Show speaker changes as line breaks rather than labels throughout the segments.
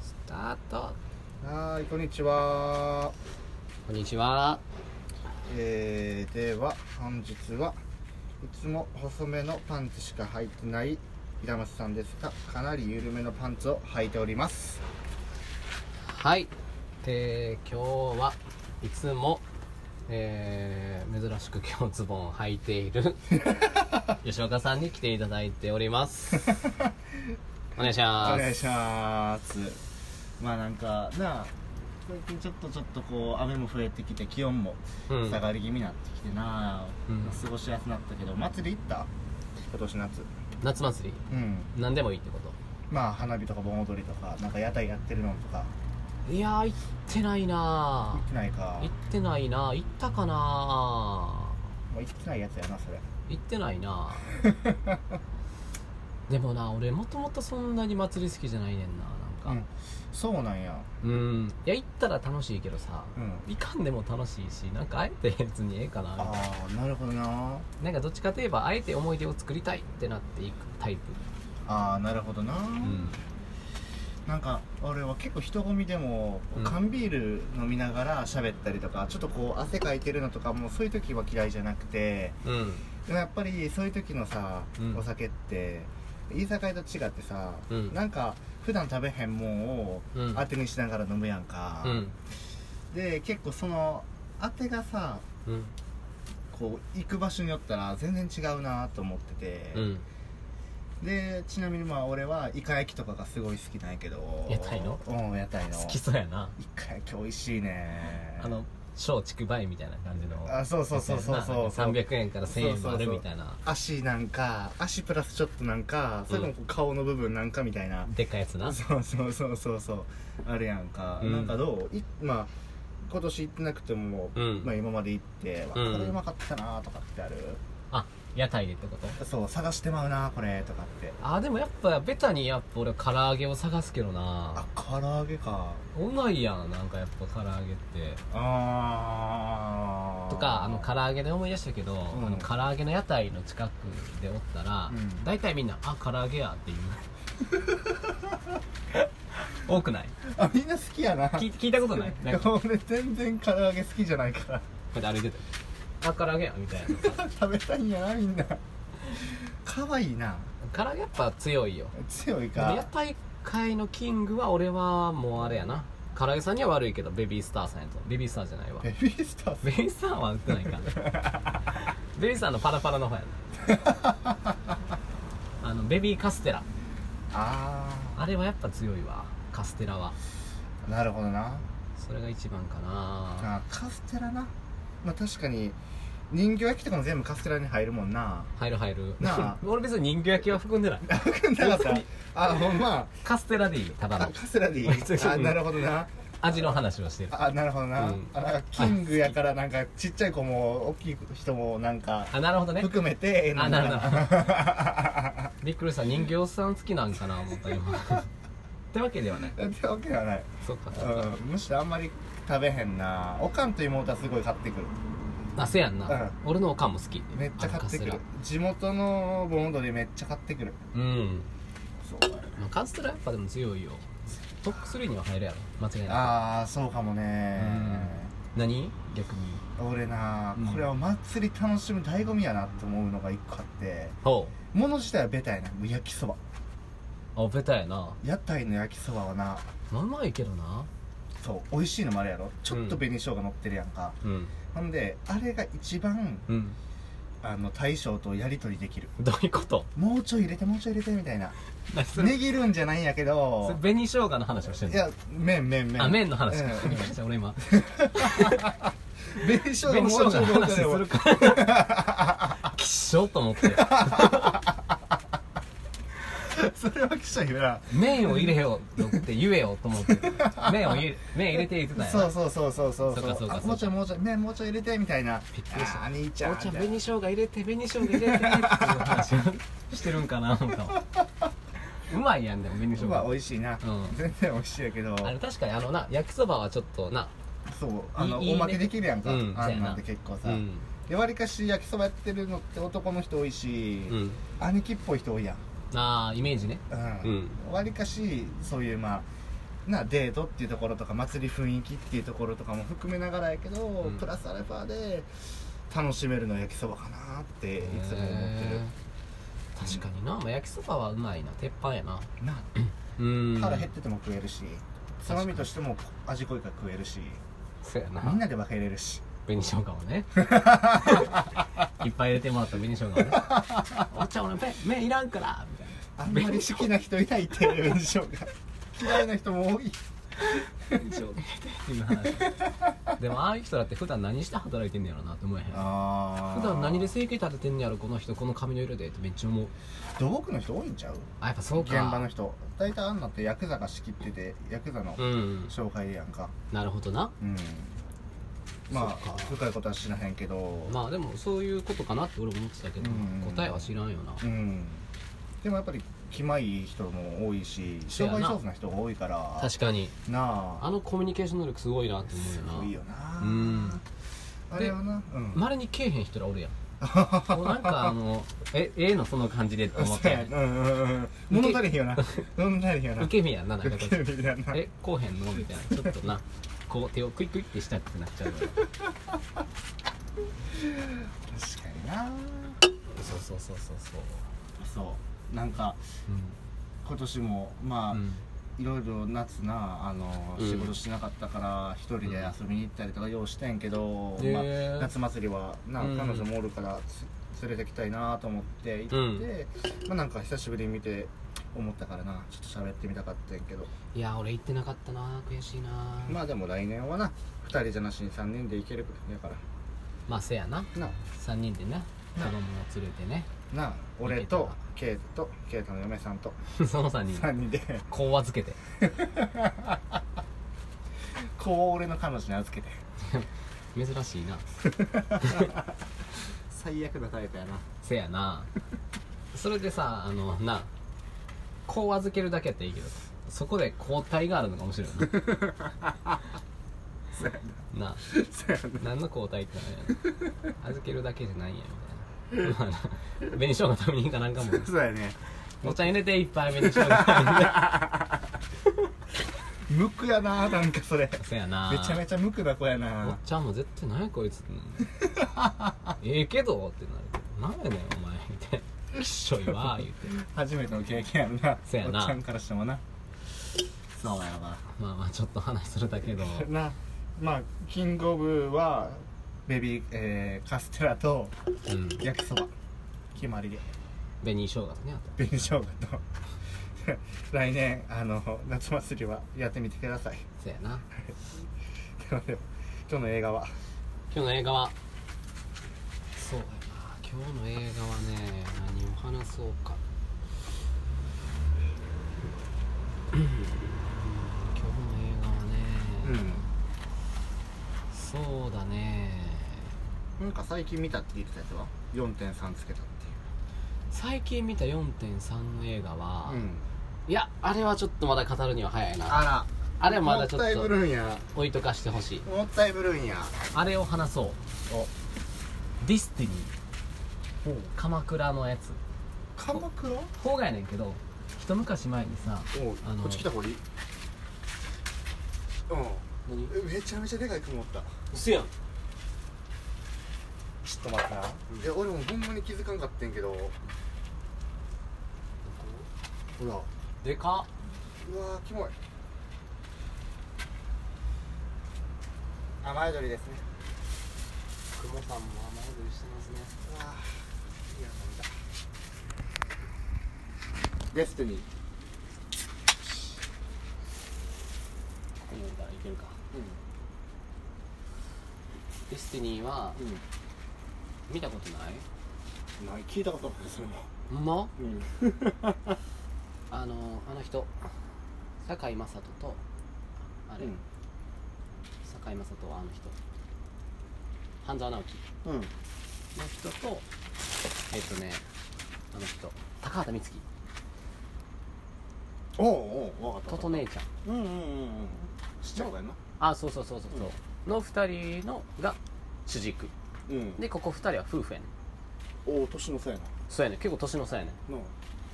スタート
はい、こんにちは。
こんにちは
えー、では、本日はいつも細めのパンツしか履いてない平松さんですが、かなり緩めのパンツを履いております。
はいえー、今日はいつもえー、珍しく今日ズボンを履いてい る吉岡さんに来ていただいており ますお願いします
お願いします。まあなんか、なあ、最近ちょっとちょっとこう、雨も増えてきて、気温も
うん
下がり気味になってきてなあ、
うん
過ごしやすくなったけど、祭り行った今年夏。
夏祭り
うん。
何でもいいってこと
まあ花火とか盆踊りとか、なんか屋台やってるのとか、
いやー行ってないな
行ってないか
ー行。ってないなー行ったかな
もう行ってないやつやな、それ。
ー行ってない なーでもな俺もともとそんなに祭り好きじゃないねんななんか
そうなんや。
うんいや行ったら楽しいけどさ、
うん。
いかんでも楽しいしなんかあえて別にええかなみたいな
ああなるほどな
なんかどっちかといえばあえて思い出を作りたいってなっていくタイプ
ああなるほどな、
うん
なんか俺は結構人混みでも
うん
缶ビール飲みながら喋ったりとか、ちょっとこう汗かいてるのとかもそういう時は嫌いじゃなくて
うん
でもやっぱりそういう時のさ、
うん
お酒って居酒屋と違ってさ、
うん
なんか普段食べへんもんを
うん
当てにしながら飲むやんか、
うん
で結構その当てがさ
うん
こう行く場所によったら全然違うなと思ってて、
うん
でちなみにまあ俺はイカ焼きとかがすごい好きなんやけど
屋台の
うん屋台の
好きそうやな
イカ焼き美味しいね
あの小竹梅みたいな感じの
あそうそうそうそうそう
なんか300円から1000円もあるみたいな
足なんか足プラスちょっとなんかそれともこう顔の部分なんかみたいな、
でっかいやつな
そうそうそうそうそうあるやんか、
うん
なんかどういまあ今年行ってなくても、
うん
まあ、今まで行って、わ
うん
これうまかったなとかってある
あ屋台でってこと
そう探してまうなこれとかって
あでもやっぱベタにやっぱ俺唐揚げを探すけど
あ
な
唐揚げか
うまいやんなんかやっぱ唐揚げって
あー
とかあの唐揚げで思い出したけど、
ん
あの唐揚げの屋台の近くでおったら、
うん
大体みんな「あ唐揚げや」って言う 多くない
あみんな好きやな
聞聞いたこと ないなんかこ
俺全然唐揚げ好きじゃないから
うやって歩いてたあ唐揚げや」みたいな
食べたいんやなみんな可愛いな
唐揚げやっぱ強いよ
強い
でも屋
か
台界のキングは俺はもうあれやな唐揚げさんには悪いけどベビースターさんやとベビースターじゃないわ
ベビースター
ベビースターは売ってないか ベビースターのパラパラの方や なあのベビーカステラ
あ
あれはやっぱ強いわカステラは
あなるほどな
それが一番かな
あカステラなまあ確かに人形焼きとかも全部カステラに入るもん な
入る入る
なあ
俺別に人形焼きは含んでない
だからあほんま
カステラでいいよただ
あ
の
カステラでいい
別に
あなるほどな
味の話をしてる
あなるほどな,、
うん
あなんかキングやからなんかちっちゃい子も大きい人もなんか
あなるほどね
含めてええの
あ
に
なるほどびっくりした人形さん好きなんかな思った今ってわけではない
ってわけではない、
そっかそっか、
うん、むしろあんまり食べへんなおかんと妹はすごい買ってくる
あせやんな、俺のおかんも好き
めっちゃ買ってく
あの
る
カス
地元の盆踊りめっちゃ買ってくる
テラうん、
そう
まあ、カステラやっぱでも強いよトップ3には入るやろ間違いな
ああそうかもね
い何逆に
俺な
うん
これは祭り楽しむ醍醐味やなって思うのが一個あって
ほ
物自体はベタやなもう焼きそば
うあベタやな
屋台の焼きそばはな
まあうまいけどな
そう美味しいのもあるやろちょっと紅生姜乗ってるやんか、
うん
ほんであれが一番
うん
あの大将とやり取りできる
どういうこと
もうちょい入れてもうちょい入れてみたいな
何それ
ねぎるんじゃないんやけ
そ
ど
れ紅生姜の話をしてる
いや麺麺麺
あ麺の話
うん
か、びっくりした 俺今
うん紅生姜
紅
もう
生
ちょ
姜の
い入れ
話す
ても
るからきっしょと思って
それは記者言う な
麺を入れようって言えよと思って麺を入れ麺入れて言ってたんやな
そうそうそうそうそう
そうかそうかそう
あ
か
もうちょいもうちょい麺もうちょい入れてみたいな
びっくりした
あー兄ちゃん
お茶
みたいな
紅生姜入れて紅生姜入れてっていう話をしてるんかな思ったわうまいやんでも紅生
そば
姜
美味しいな、
うん
全然美味しいやけど
あれ確かにあのな焼きそばはちょっとな
そうあの
いいいいね
おまけできるやんか、
うん
あ
そうや
ん
な
なんて結構
う
さ、
ん
でわりかし焼きそばやってるのって男の人多いし、
うん
兄貴っぽい人多いやん
ああイメージね
う
うん
んわり、かしそういうまあなデートっていうところとか祭り雰囲気っていうところとかも含めながらやけど、
ん
プラスアルファで楽しめるのは焼きそばかなっていつも思ってる
へー確かにな、まあ、焼きそばはうまいな鉄板やな
な
うん
腹減ってても食えるしつまみとしても味濃いから食えるし
そうやな
みんなで分けれるし
紅生姜を ねいっぱい入れてもらった紅生姜をね「おっちゃん俺麺麺いらんから」みたいな
あんまり好きな人いないっていう印象が 嫌いな人も多い
紅生姜入れてっていう話でもああいう人だって普段何して働いてんねやろなって思えへん
あ
普段何で整形立ててんねやろこの人この髪の色でってめっちゃ思う
土木の人多いんちゃう
あやっぱそう
現
か
場の人大体あんなってヤクザが仕切っててヤクザの
うん
紹介やんか
なるほどな
うんま
そ
あ
っか
深いことはしなへんけど
まあでもそういうことかなって俺も思ってたけど
うん
答えは知らんよな
うんでもやっぱり気前いい人も多いし
そう
商
やな
売上手な人が多いから
確かに
なあ
あのコミュニケーション能力すごいなって
す
思
ご
う
い
よ
よな
なうん
あれはなうん
まれにけえへん人らお るやんもうなんかあのえええのその感じでって思っ
そうや
て
なうんうんうん物足りひんよな物足りひんよな
受け身やんななんかこ
受
っち
け身だな
えこうへんのみたいなちょっとなこう手をクイクイってしたくなっちゃうのよ
確かにな
そうそうそうそうそう
そうなんか今年もまあ、
うん、うん
いろいろ夏なあの、
うん
仕事しなかったから一人で遊びに行ったりとかようしてんけど、
へ
まあ
え
夏祭りはな
うん
彼女もおるからつ連れてきたいなと思って行って、まあなんか久しぶりに見て思ったからなちょっと喋ってみたかったんやけど
いや俺行ってなかったな悔しいなま
まあでも来年はな2人じゃなしに3人で行けるやから
あせやな
な
3人でな子供を連れてね
な俺とケイトとケイトの嫁さんと
その3人
3人で
こう預けて
こう俺の彼女に預けて
珍しいな
最悪なタイプやな
せやなそれでさあのなこう預けるだけやっていいけどそこで交代があるのが面白いよ なな
そうや
何の交代ってないやろ預けるだけじゃないんやみたいな まあな紅生姜食べに行かなんかも
な そうやね
お茶入れて一杯紅生姜
無垢やななんかそれ
せやな
めちゃめちゃ無垢な子や
おっ
な
ちゃんも絶対何やこいつってなる ええけどってなるけど何やねんお前みたいなきっしょいわ言うて
初めての経験やろな
そやな
おっちゃんからしてもなそうや わ
まあまあちょっと話するだけど
なまあキングオブはベビー、えーカステラと
うん
焼きそば決まりで
紅生姜とねあと
紅生姜と 来年あの夏祭りはやってみてください
せやな
でもでも今日の映画は
今日の映画はそうやな今日の映画はね何を話そうか うん今日の映画はね、
う
そうだね
んなんか最近見たって言ってたやつは4.3つけたって
最近見た4.3の映画は、
いう、うん、
いやあれはちょっとまだ語るには早いなあ
あ
れは
ら
まだちょ
もったいぶ
っと
るんや
置いとかしてほしい
もったいぶるんや
あれを話そう
お
ディスティニー鎌倉のやつ
鎌倉お
方がやねんけど一昔前にさ
こ
あの
っち来た方がいい
何
うんえめちゃめちゃでかい雲おった
嘘やん
ちょっと待ってな、いや俺もほんまに気づかんかってんけどほら
でか
うわーキモい雨宿りですね
っ雲さんも雨宿りしてますね
うわーいいやだデスティニー
雲からいけるかディスティニーは
うん、
見たことない
うん、ない聞いたことないそれも
ほんま
うん
あのあの人堺雅人とあれ、堺雅人はあの人半沢直樹
うんうん
の人とえっとねあの人高畑充希
おうおうわかった
と
わか
と
っ
姉ちゃん
たうんうんうんうんちっちゃい子やんな
あそうそうそうそうそう、の2人のが主軸
うん
でここ2人は夫婦やねん
おお年の差やな
そうやねん結構年の差やねん
の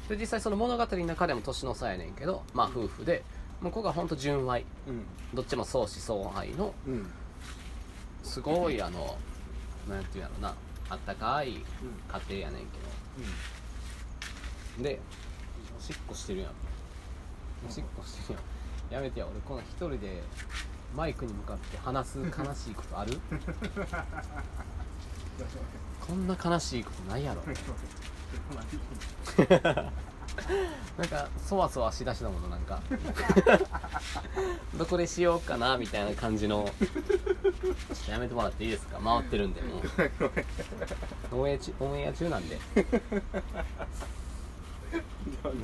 で実際その物語の中でも年の差やねんけどまあ夫婦で向こうが本当純愛
うん
どっちも相思相愛の
うんうん
すごいあのなんていうやろなあったかい家庭やねんけどでおしっこしてるやんおしっこしてるやんやめてや俺こんな一人でマイクに向かって話す悲しいことあるこんな悲しいことないやろなんかそわそわしだしたものなんかどこでしようかなみたいな感じのちょっとやめてもらっていいですか回ってるんでもうオンエア中オンエア中なんで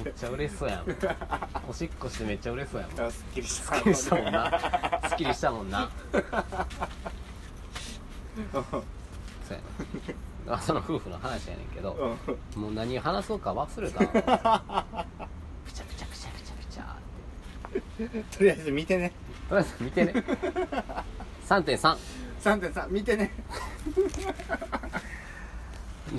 めっちゃ嬉しそうやんおしっこしてめっちゃ嬉しそうやもん
あすっきりし
すっきりしたもんなすっきりしたもんなそうやなその夫婦の話やねんけど
うん
もう何話そうか忘れたピチャピチャピチャピチャピチャって
とりあえず見てね
とりあえず見てね3.310
3.3見てね
分